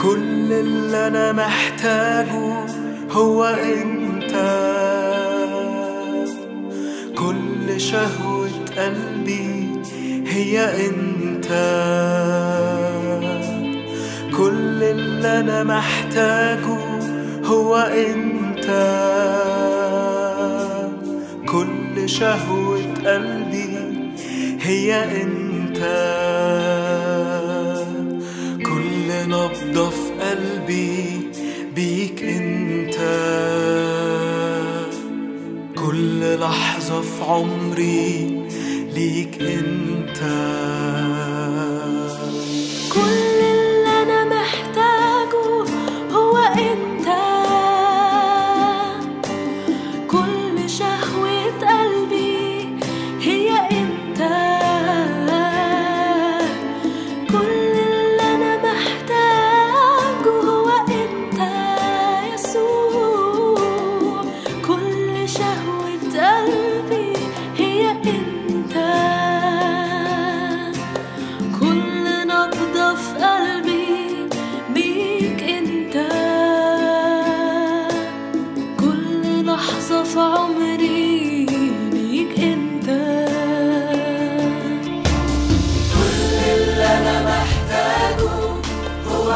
كل اللي انا محتاجه هو انت كل شهوة قلبي هي انت كل اللي انا محتاجه هو انت كل شهوة قلبي هي انت كل نبضة في قلبي بيك انت كل لحظة في عمري ليك انت كل اللي أنا محتاجه هو أنت كل شهوة قلبي هي أنت كل اللي أنا محتاجه هو أنت يسوع كل شهوة قلبي هي أنت كل نبضة في قلبي بيك انت كل لحظة في عمري بيك انت كل اللي انا محتاجه هو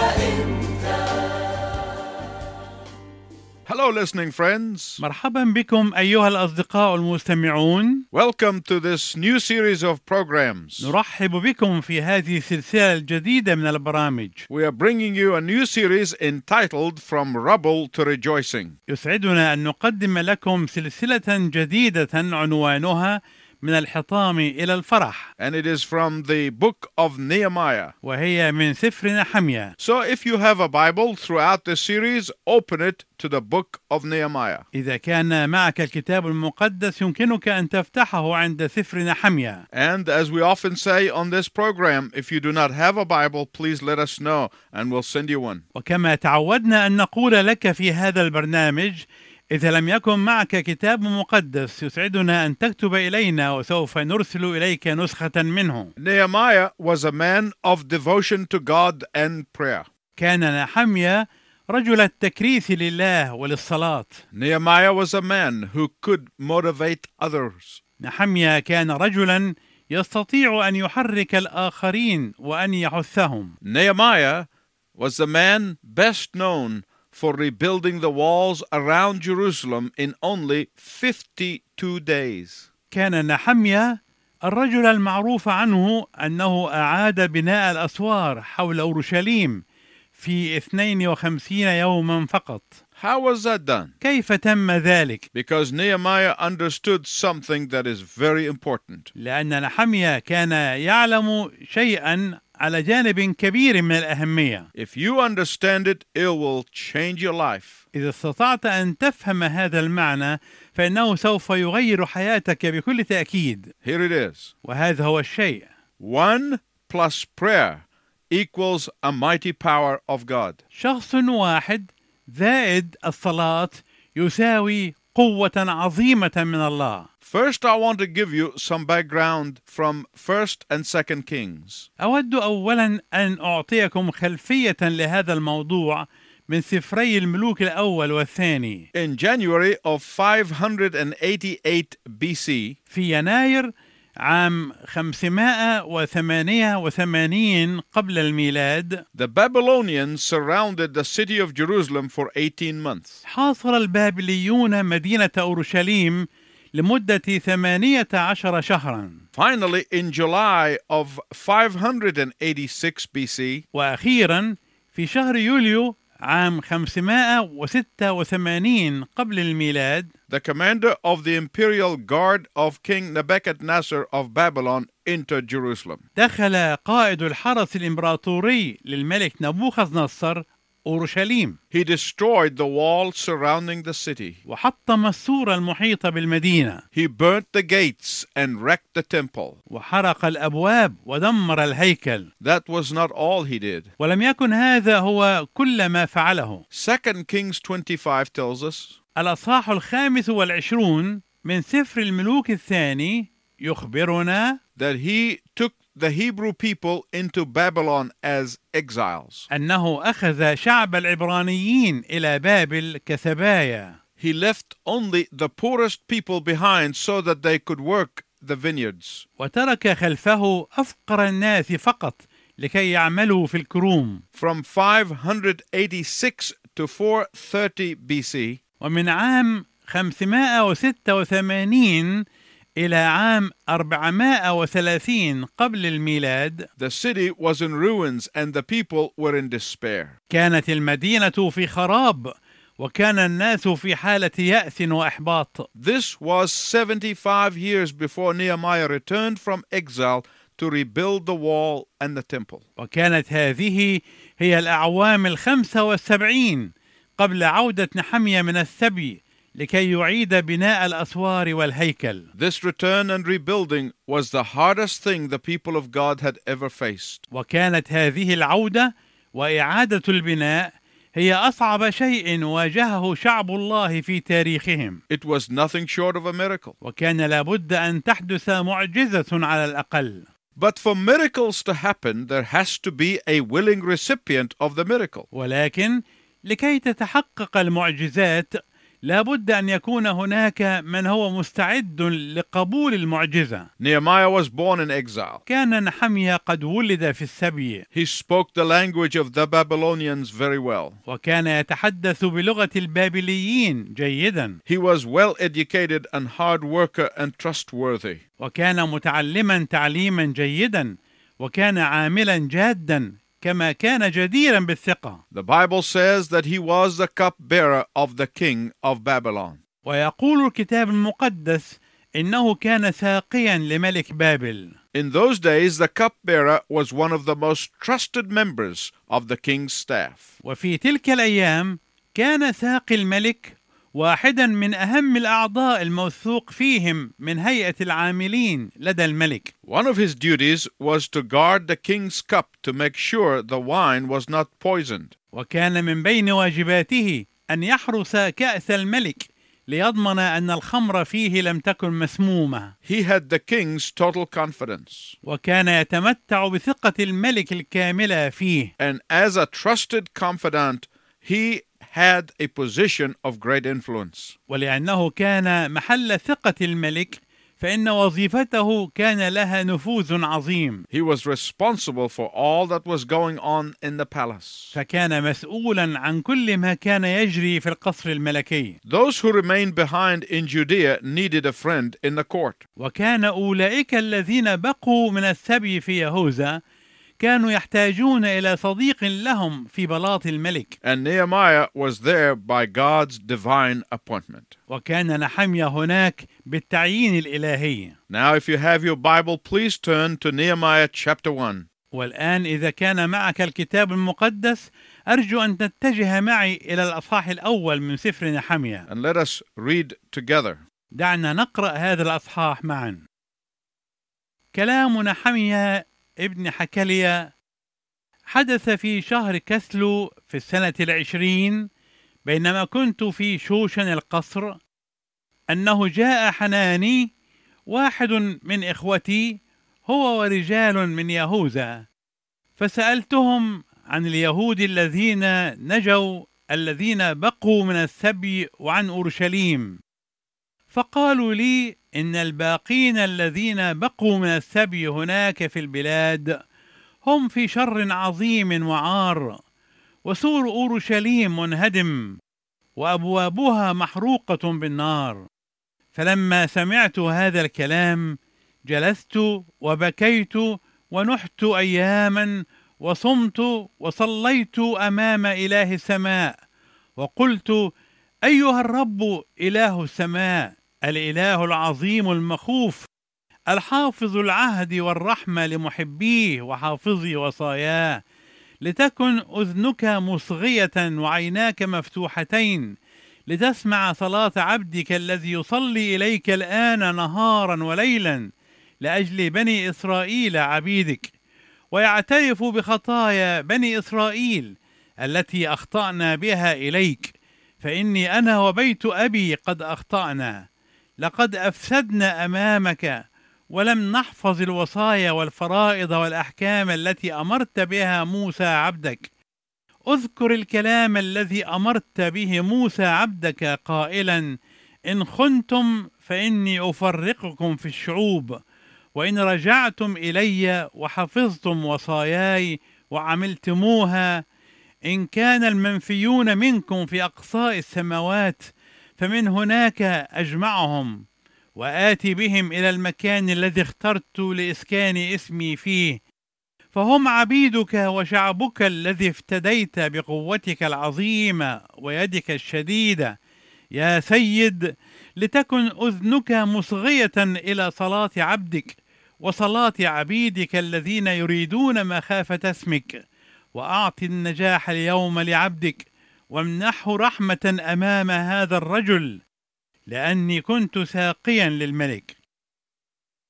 Hello, listening friends. مرحبا بكم أيها الأصدقاء المستمعون Welcome to this new series of programs. نرحب بكم في هذه السلسلة الجديدة من البرامج We are bringing you a new series entitled From Rubble to Rejoicing. يسعدنا أن نقدم لكم سلسلة جديدة عنوانها من الحطام إلى الفرح And it is from the book of Nehemiah. وهي من سفر نحمية So if you have a Bible throughout this series, open it to the book of Nehemiah. إذا كان معك الكتاب المقدس يمكنك أن تفتحه عند سفر نحمية And as we often say on this program, if you do not have a Bible, please let us know and we'll send you one. وكما تعودنا أن نقول لك في هذا البرنامج إذا لم يكن معك كتاب مقدس يسعدنا أن تكتب إلينا وسوف نرسل إليك نسخة منه Nehemiah was a man of devotion to God and prayer. كان نحمية رجل التكريس لله وللصلاة Nehemiah was a man who could motivate others. نحمية كان رجلا يستطيع أن يحرك الآخرين وأن يحثهم Nehemiah was the man best known for rebuilding the walls around Jerusalem in only 52 days. كان نحمية الرجل المعروف عنه أنه أعاد بناء الأسوار حول أورشليم في 52 يوما فقط How was that done? كيف تم ذلك؟ Because Nehemiah understood something that is very important. لأن نحمية كان يعلم شيئا على جانب كبير من الأهمية If you understand it, it will change your life. إذا استطعت أن تفهم هذا المعنى فإنه سوف يغير حياتك بكل تأكيد Here it is وهذا هو الشيء one plus prayer equals a mighty power of God. شخص واحد زائد الصلاة يساوي قوة عظيمة من الله. First, I want to give you some background from 1st and 2nd Kings. أود أولا أن أعطيكم خلفية لهذا الموضوع من سفري الملوك الأول والثاني. In January of 588 BC, في يناير عام 588 قبل الميلاد the Babylonians surrounded the city of Jerusalem for 18 months. حاصر البابليون مدينة أورشليم لمدة 18 شهرا Finally, in July of 586 BC, وأخيرا في شهر يوليو عام 586 قبل الميلاد the commander of the imperial guard of King Nebuchadnezzar of Babylon entered Jerusalem. دخل قائد الحرس الإمبراطوري للملك نبوخذ نصر أورشليم He destroyed the wall surrounding the city. وحطم السور المحيطة بالمدينة He burnt the gates and wrecked the temple. وحرق الأبواب ودمر الهيكل That was not all he did. ولم يكن هذا هو كل ما فعله 2 Kings 25 tells us الأصحاح الخامس والعشرون من سفر الملوك الثاني يخبرنا that he took the Hebrew people into Babylon as exiles. أنه أخذ شعب العبرانيين إلى بابل كسبايا He left only the poorest people behind so that they could work the vineyards. وترك خلفه أفقر الناس فقط لكي يعملوا في الكروم From 586 to 430 BC, ومن عام 586 إلى عام 430 قبل الميلاد the city was in ruins and the people were in despair. كانت المدينة في خراب وكان الناس في حالة يأس وإحباط This was 75 years before Nehemiah returned from exile to rebuild the wall and the temple. وكانت هذه هي الأعوام الخمسة والسبعين قبل عودة نحمية من السبي لكي يعيد بناء الأسوار والهيكل This return and rebuilding was the hardest thing the people of God had ever faced. وكانت هذه العودة وإعادة البناء هي أصعب شيء واجهه شعب الله في تاريخهم It was nothing short of a miracle. وكان لابد أن تحدث معجزة على الأقل But for miracles to happen, there has to be a willing recipient of the miracle. ولكن لكي تتحقق المعجزات لابد أن يكون هناك من هو مستعد لقبول المعجزة Nehemiah was born in exile. كان نحمية قد ولد في السبي He spoke the language of the Babylonians very well. وكان يتحدث بلغة البابليين جيداً He was well educated and hard worker and trustworthy. وكان متعلما تعليما جيدا وكان عاملا جادا كما كان جديرا بالثقه The Bible says that he was the cupbearer of the king of Babylon. ويقول الكتاب المقدس انه كان ساقيا لملك بابل In those days, the cupbearer was one of the most trusted members of the king's staff. وفي تلك الايام كان ساقي الملك واحدا من اهم الاعضاء الموثوق فيهم من هيئه العاملين لدى الملك One of his duties was to guard the king's cup to make sure the wine was not poisoned. وكان من بين واجباته ان يحرس كاس الملك ليضمن ان الخمر فيه لم تكن مسمومه He had the king's total confidence. وكان يتمتع بثقة الملك الكاملة فيه، And as a trusted confidant, he had a position of great influence. ولأنه كان محل ثقة الملك، فإن وظيفته كان لها نفوذ عظيم، He was responsible for all that was going on in the palace. فكان مسؤولا عن كل ما كان يجري في القصر الملكي، Those who remained behind in Judea needed a friend in the court. وكان أولئك الذين بقوا من السبي في يهوذا كانوا يحتاجون إلى صديق لهم في بلاط الملك، And Nehemiah was there by God's divine appointment. وكان نحمية هناك بالتعيين الإلهي. Now, if you have your Bible, please turn to Nehemiah chapter 1. والآن إذا كان معك الكتاب المقدس أرجو أن تتجه معي إلى الأصحاح الأول من سفر نحمية And let us read together. دعنا نقرأ هذا الأصحاح معا كلام نحمية ابن حكلية حدث في شهر كسلو في السنة العشرين بينما كنت في شوشن القصر أنه جاء حناني واحد من إخوتي هو ورجال من يهوذا فسألتهم عن اليهود الذين نجوا الذين بقوا من السبي وعن أورشليم فقالوا لي إن الباقين الذين بقوا من السبي هناك في البلاد هم في شر عظيم وعار وسور أورشليم منهدم وأبوابها محروقة بالنار فلما سمعت هذا الكلام جلست وبكيت ونحت أياما وصمت وصليت أمام إله السماء وقلت ايها الرب اله السماء الاله العظيم المخوف الحافظ العهد والرحمه لمحبيه وحافظي وصاياه لتكن اذنك مصغيه وعيناك مفتوحتين لتسمع صلاه عبدك الذي يصلي اليك الان نهارا وليلا لاجل بني اسرائيل عبيدك ويعترف بخطايا بني اسرائيل التي اخطانا بها اليك فاني انا وبيت ابي قد اخطانا لقد افسدنا امامك ولم نحفظ الوصايا والفرائض والأحكام التي أمرت بها موسى عبدك اذكر الكلام الذي أمرت به موسى عبدك قائلا إن خنتم فإني أفرقكم في الشعوب وإن رجعتم إلي وحفظتم وصاياي وعملتموها إن كان المنفيون منكم في أقصاء السماوات فمن هناك أجمعهم وآتي بهم إلى المكان الذي اخترت لإسكان اسمي فيه فهم عبيدك وشعبك الذي افتديت بقوتك العظيمة ويدك الشديدة يا سيد لتكن أذنك مصغية إلى صلاة عبدك وصلاة عبيدك الذين يريدون مخافة اسمك وأعط النجاح اليوم لعبدك وامنحه رحمة أمام هذا الرجل لأني كنت ساقيا للملك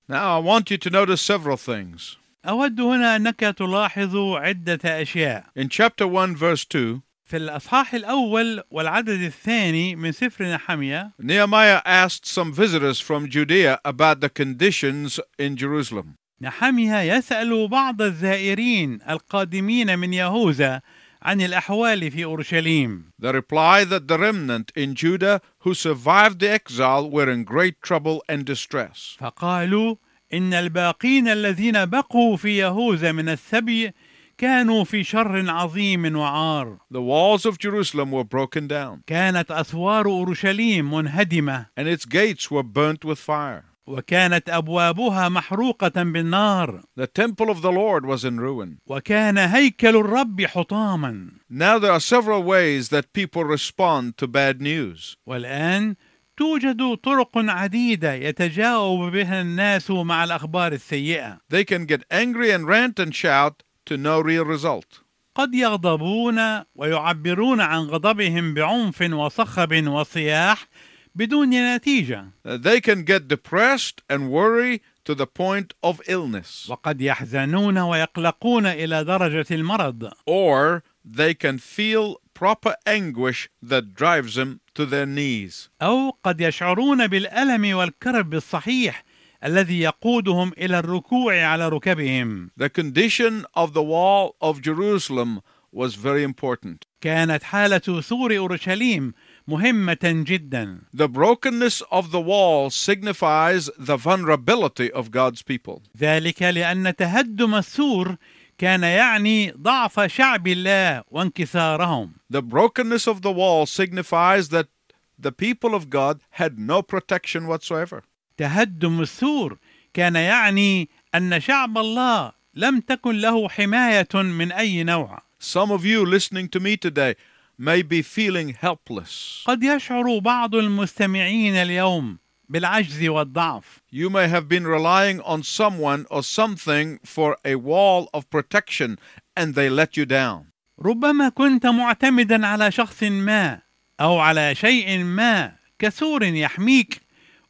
Now I want you to notice several things. أود هنا أنك تلاحظ عدة أشياء In chapter 1, verse 2, في الأصحاح الأول والعدد الثاني من سفر نحمية Nehemiah asked some visitors from Judea about the conditions in Jerusalem. نحمية يسأل بعض الزائرين القادمين من يهوذا عن الأحوال في أورشليم The reply that the remnant in Judah who survived the exile were in great trouble and distress. فقالوا إن الباقين الذين بقوا في يهوذا من السبي كانوا في شر عظيم وعار The walls of Jerusalem were broken down, كانت أسوار أورشليم منهدمة and its gates were burnt with fire. وكانت أبوابها محروقة بالنار The temple of the Lord was in ruin. وكان هيكل الرب حطاما Now there are several ways that people respond to bad news. والآن توجد طرق عديدة يتجاوب بها الناس مع الأخبار السيئة They can get angry and rant and shout to no real result. قد يغضبون ويعبرون عن غضبهم بعنف وصخب وصياح بدون نتيجة Uh, They can get depressed and worry to the point of illness, وقد يحزنون ويقلقون إلى درجة المرض or they can feel proper anguish that drives them to their knees. أو قد يشعرون بالألم والكرب الصحيح الذي يقودهم إلى الركوع على ركبهم The condition of the wall of Jerusalem was very important. كانت حالة سور أورشليم مهمة جدا The brokenness of the wall signifies the vulnerability of God's people. ذلك لأن تهدم السور كان يعني ضعف شعب الله وانكسارهم The brokenness of the wall signifies that the people of God had no protection whatsoever. تهدم السور كان يعني أن شعب الله لم تكن له حماية من أي نوع Some of you listening to me today may be feeling helpless. قد يشعر بعض المستمعين اليوم بالعجز والضعف You may have been relying on someone or something for a wall of protection and they let you down. ربما كنت معتمدا على شخص ما أو على شيء ما كسور يحميك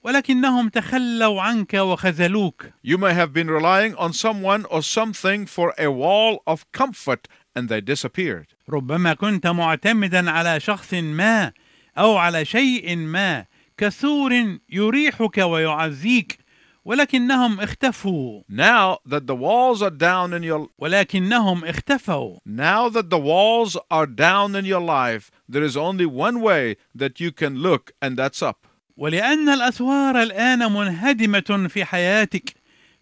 ولكنهم تخلوا عنك وخذلوك You may have been relying on someone or something for a wall of comfort and they disappeared. ربما كنت معتمدا على شخص ما او على شيء ما كسور يريحك ويعزيك ولكنهم اختفوا Now that the walls are down in your ولكنهم اختفوا Now that the walls are down in your life, there is only one way that you can look, and that's up. ولان الاسوار الان منهدمه في حياتك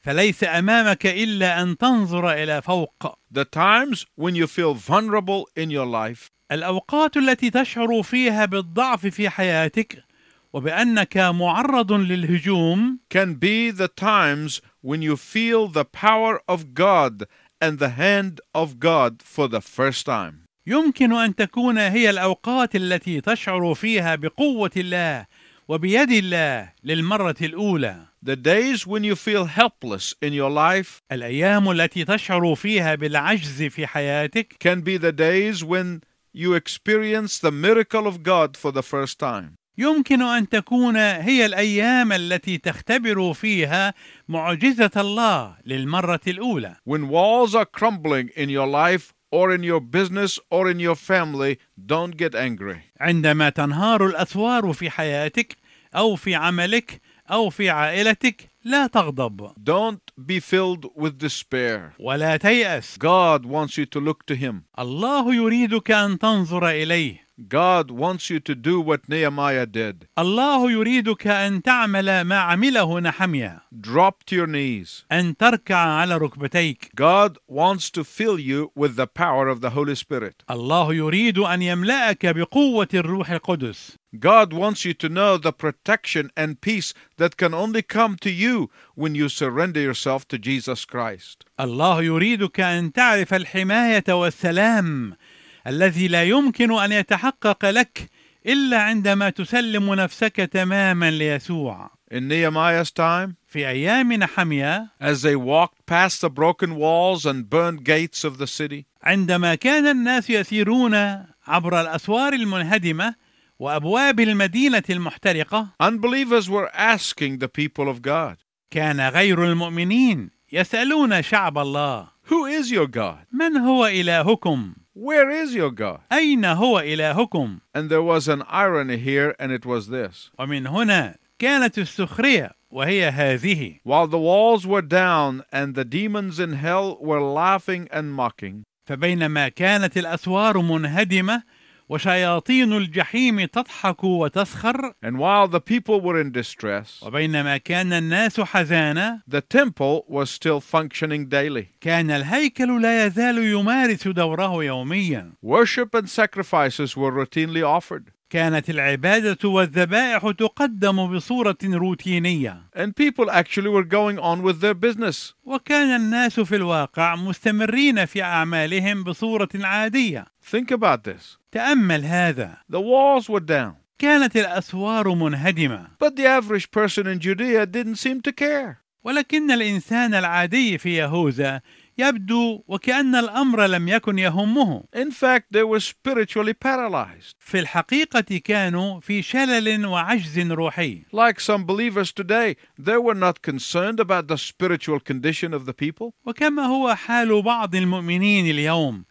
فليس امامك الا ان تنظر الى فوق The times when you feel vulnerable in your life, الاوقات التي تشعر فيها بالضعف في حياتك وبانك معرض للهجوم can be the times when you feel the power of God and the hand of God for the first time. يمكن ان تكون هي الاوقات التي تشعر فيها بقوه الله وبيد الله للمره الاولى The days when you feel helpless in your life الايام التي تشعر فيها بالعجز في حياتك can be the days when you experience the miracle of God for the first time. يمكن ان تكون هي الايام التي تختبر فيها معجزه الله للمره الاولى When walls are crumbling in your life or in your business or in your family, don't get angry. عندما تنهار الاسوار في حياتك او في عملك او في عائلتك لا تغضب Don't be filled with despair. ولا تيأس God wants you to look to Him. الله يريدك أن تنظر إليه God wants you to do what Nehemiah did. الله يريدك أن تعمل ما عمله نحمية Drop to your knees. أن تركع على ركبتيك God wants to fill you with the power of the Holy Spirit. الله يريد أن يملأك بقوة الروح القدس God wants you to know the protection and peace that can only come to you when you surrender yourself to Jesus Christ. الله يريدك أن تعرف الحماية والسلام الذي لا يمكن أن يتحقق لك إلا عندما تسلم نفسك تماما ليسوع In Nehemiah's time, في أيام نحمية as they walked past the broken walls and burned gates of the city, عندما كان الناس يسيرون عبر الأسوار المنهدمة وأبواب المدينة المحترقة unbelievers were asking the people of God, كان غير المؤمنين يسألون شعب الله Who is your God? من هو إلهكم؟ Where is your God? أين هو إلهكم؟ And there was an irony here, and it was this. ومن هنا كانت السخرية وهي هذه While the walls were down and the demons in hell were laughing and mocking, فبينما كانت الأسوار منهدمة وشياطين الجحيم تضحك وتسخر and while the people were in distress, وبينما كان الناس حزانة the temple was still functioning daily. كان الهيكل لا يزال يمارس دوره يوميا Worship and sacrifices were routinely offered, كانت العبادة والذبائح تقدم بصورة روتينية and people actually were going on with their business. وكان الناس في الواقع مستمرين في أعمالهم بصورة عادية Think about this. تأمل هذا The walls were down, كانت الأسوار منهدمة but the average person in Judea didn't seem to care. ولكن الإنسان العادي في يهوذا يبدو وكأن الأمر لم يكن يهمه In fact, they were spiritually paralyzed, في الحقيقة كانوا في شلل وعجز روحي Like some believers today, they were not concerned about the spiritual condition of the people. وكما هو حال بعض المؤمنين اليوم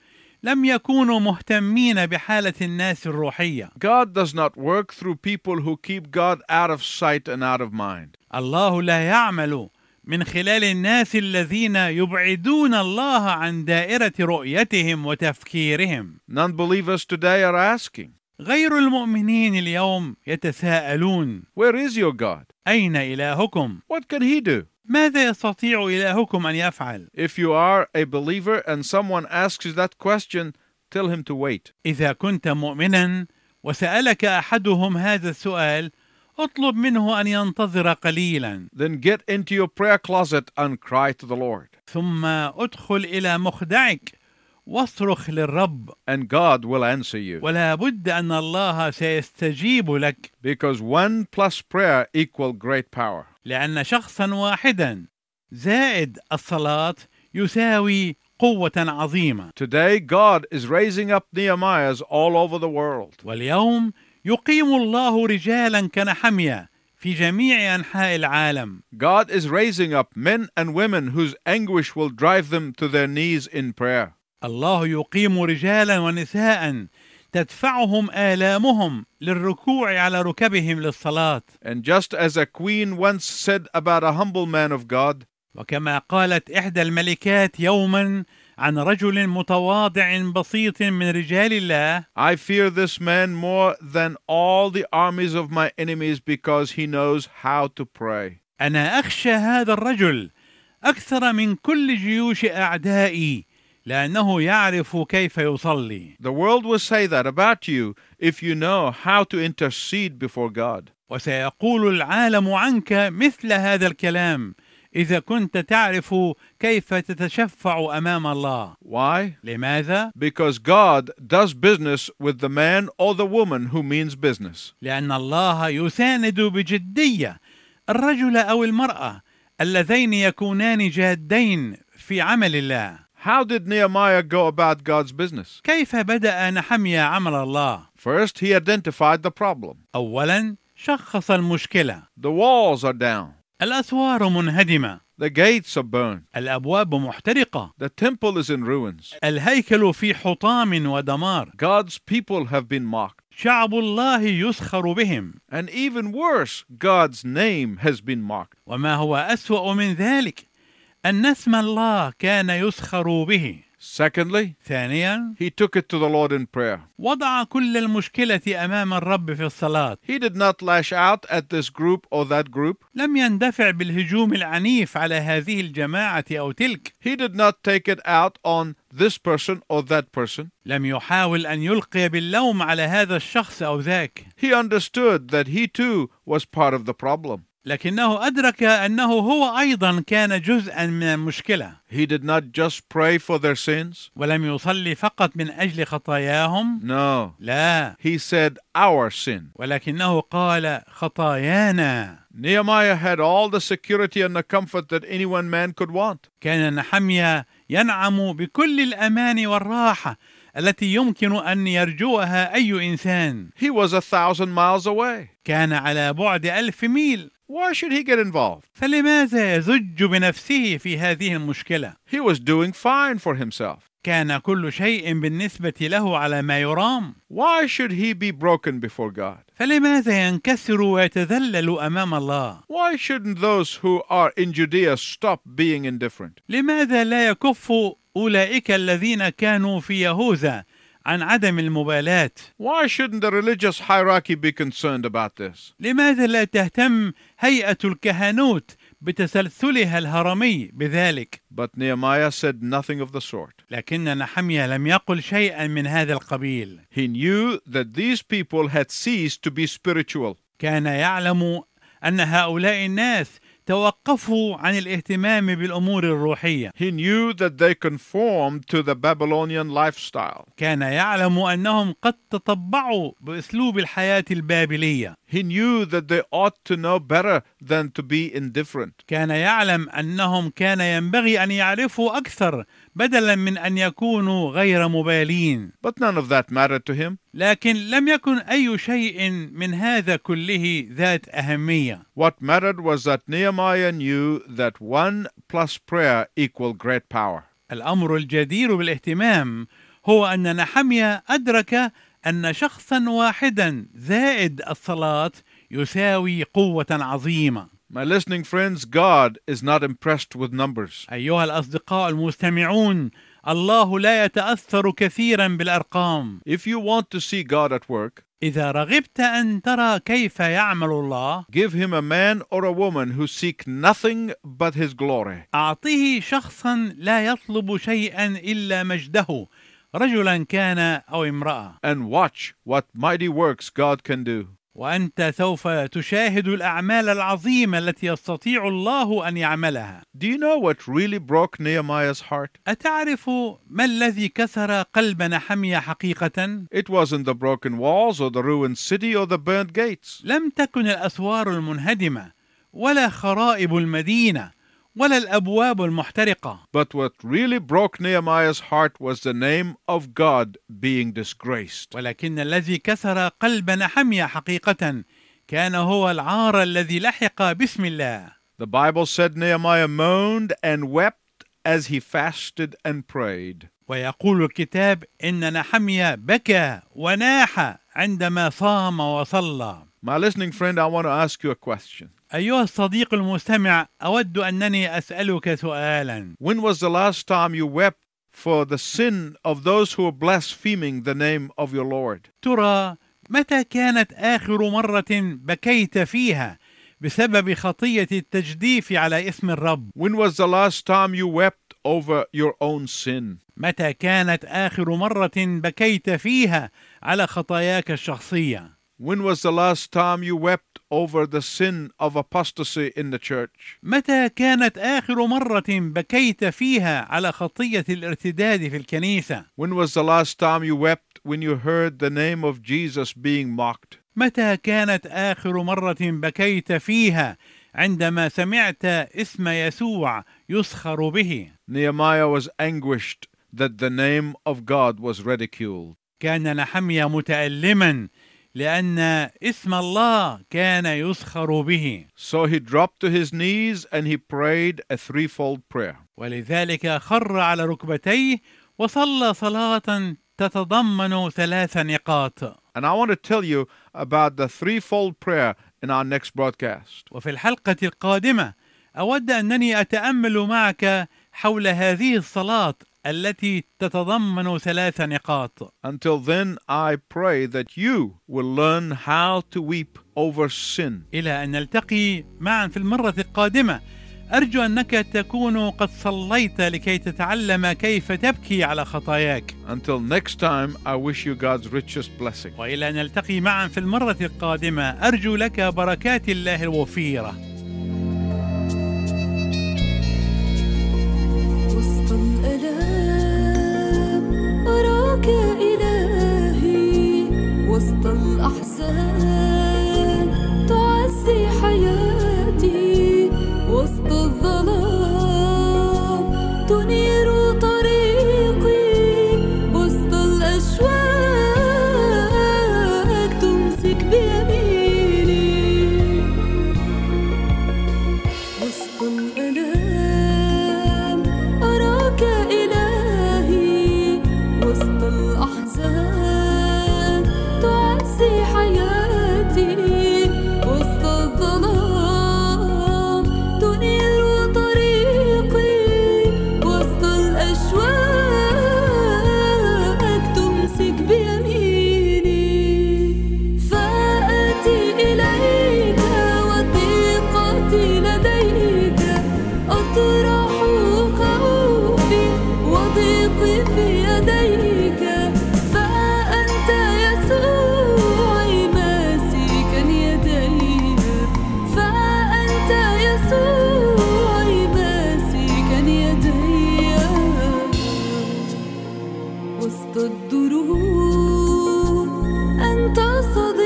لم يكونوا مهتمين بحالة الناس الروحية God does not work through people who keep God out of sight and out of mind. الله لا يعمل من خلال الناس الذين يبعدون الله عن دائرة رؤيتهم وتفكيرهم Non believers today are asking, غير المؤمنين اليوم يتساءلون Where is your God? أين إلهكم؟ What can He do? ماذا يستطيع إلهكم أن يفعل؟ If you are a believer and someone asks you that question, tell him to wait. إذا كنت مؤمنا وسألك أحدهم هذا السؤال اطلب منه أن ينتظر قليلا Then get into your prayer closet and cry to the Lord, ثم ادخل إلى مخدعك واصرخ للرب and God will answer you. ولا بد أن الله سيستجيب لك Because one plus prayer equal great power. لأن شخصا واحدا زائد الصلاة يساوي قوة عظيمة Today, God is raising up Nehemiahs all over the world. واليوم يقيم الله رجالا كنحمية في جميع أنحاء العالم God is raising up men and women whose anguish will drive them to their knees in prayer. الله يقيم رجالا ونساء تدفعهم آلامهم للركوع على ركبهم للصلاة And just as a queen once said about a humble man of God, وكما قالت إحدى الملكات يوما عن رجل متواضع بسيط من رجال الله I fear this man more than all the armies of my enemies because he knows how to pray. أنا أخشى هذا الرجل أكثر من كل جيوش أعدائي لأنه يعرف كيف يصلي The world will say that about you if you know how to intercede before God. وسيقول العالم عنك مثل هذا الكلام إذا كنت تعرف كيف تتشفع أمام الله Why? لماذا؟ Because God does business with the man or the woman who means business. لأن الله يساند بجدية الرجل أو المرأة اللذين يكونان جادين في عمل الله How did Nehemiah go about God's business? كيف بدأ نحميا عمل الله؟ First, he identified the problem. أولا شخص المشكلة The walls are down, الأسوار منهدمة the gates are burned, الأبواب محترقة the temple is in ruins. الهيكل في حطام ودمار God's people have been mocked. شعب الله يسخر بهم And even worse, God's name has been mocked. وما هو أسوأ من ذلك أن اسم الله كان يسخر به Secondly, ثانيا he took it to the Lord in prayer. وضع كل المشكلة أمام الرب في الصلاة He did not lash out at this group or that group. لم يندفع بالهجوم العنيف على هذه الجماعة أو تلك He did not take it out on this person or that person. لم يحاول أن يلقي باللوم على هذا الشخص أو ذاك He understood that he too was part of the problem. لكنه أدرك أنه هو أيضا كان جزءا من المشكلة He did not just pray for their sins. ولم يصلي فقط من أجل خطاياهم No. لا He said, Our sin. ولكنه قال خطايانا Nehemiah had all the security and the comfort that any one man could want. كان نحميا ينعم بكل الأمان والراحة التي يمكن أن يرجوها أي إنسان He was a thousand miles away. كان على بعد ألف ميل Why should he get involved? فلماذا يزج بنفسه في هذه المشكلة؟ He was doing fine for himself. كان كل شيء بالنسبة له على ما يرام Why should he be broken before God? فلماذا ينكسر ويتذلل أمام الله؟ Why shouldn't those who are in Judea stop being indifferent? لماذا لا يكف أولئك الذين كانوا في يهوذا عن عدم المبالاة؟ Why shouldn't the religious hierarchy be concerned about this? لماذا لا تهتم هيئة الكهنوت بتسلسلها الهرمي بذلك؟ But Nehemiah said nothing of the sort. لكن نحمية لم يقل شيئا من هذا القبيل، He knew that these people had ceased to be spiritual. كان يعلم أن هؤلاء الناس توقفوا عن الاهتمام بالأمور الروحية، He knew that they conformed to the Babylonian lifestyle. كان يعلم أنهم قد تطبعوا بأسلوب الحياة البابلية، He knew that they ought to know better than to be indifferent. كان يعلم أنهم كان ينبغي أن يعرفوا أكثر بدلا من أن يكونوا غير مبالين. But none of that mattered to him. لكن لم يكن أي شيء من هذا كله ذات أهمية What mattered was that Nehemiah knew that one plus prayer equaled great power. الأمر الجدير بالاهتمام هو أن نحمية أدرك أن شخصا واحدا زائد الصلاة يساوي قوة عظيمة My listening friends, God is not impressed with numbers. أيها الأصدقاء المستمعون الله لا يتأثر كثيرا بالأرقام If you want to see God at work, إذا رغبت أن ترى كيف يعمل الله give him a man or a woman who seek nothing but his glory. أعطه شخصا لا يطلب شيئا إلا مجده رجلا كان أو امرأة And watch what mighty works God can do. وأنت سوف تشاهد الأعمال العظيمة التي يستطيع الله أن يعملها Do you know what really broke Nehemiah's heart? أتعرف ما الذي كسر قلب نحمية حقيقة؟ It wasn't the broken walls or the ruined city or the burnt gates. لم تكن الأسوار المنهدمة ولا خرائب المدينة ولا الأبواب المحترقة But what really broke Nehemiah's heart was the name of God being disgraced. ولكن الذي كسر قلب نحمية حقيقة كان هو العار الذي لحق باسم الله The Bible said Nehemiah moaned and wept as he fasted and prayed. ويقول الكتاب إن نحمية بكى وناح عندما صام وصلى My listening friend, I want to ask you a question. أيها الصديق المستمع أود أنني أسألك سؤالا When was the last time you wept for the sin of those who are blaspheming the name of your Lord? ترى متى كانت آخر مرة بكيت فيها بسبب خطية التجديف على اسم الرب When was the last time you wept over your own sin? متى كانت آخر مرة بكيت فيها على خطاياك الشخصية When was the last time you wept over the sin of apostasy in the church? متى كانت آخر مرة بكيت فيها على خطية الارتداد في الكنيسة When was the last time you wept when you heard the name of Jesus being mocked? متى كانت آخر مرة بكيت فيها عندما سمعت اسم يسوع يسخر به؟ Nehemiah was anguished that the name of God was ridiculed. كان نحميا متألما لأن اسم الله كان يسخر به، So he dropped to his knees and he prayed a threefold prayer. ولذلك خر على ركبتيه وصلى صلاة تتضمن ثلاث نقاط. And I want to tell you about the threefold prayer in our next broadcast. وفي الحلقة القادمة أود أنني أتأمل معك حول هذه الصلاة التي تتضمن ثلاث نقاط Until then, I pray that you will learn how to weep over sin. إلى أن نلتقي معا في المرة القادمة أرجو أنك تكون قد صليت لكي تتعلم كيف تبكي على خطاياك Until next time, I wish you God's richest blessing. وإلى أن نلتقي معا في المرة القادمة أرجو لك بركات الله الوفيرة وسط الآلام أراك إلهي وسط الأحزان تعزي حياتي وسط الظلام تنير طريقي وسط الأشواك تمسك بيميني وسط الألام أراك إلهي وسط الأحزان تعزي حياتي وسط الظلام تنير طريقي وسط الأشواك تمسك بيميني فأتي إليك وثيقتي لديك أطرح خوفي وضيقي في يديك فأنت يسوعي ماسكا يدي فأنت يسوعي ماسكا يدي وسط الدروب أنت صديقي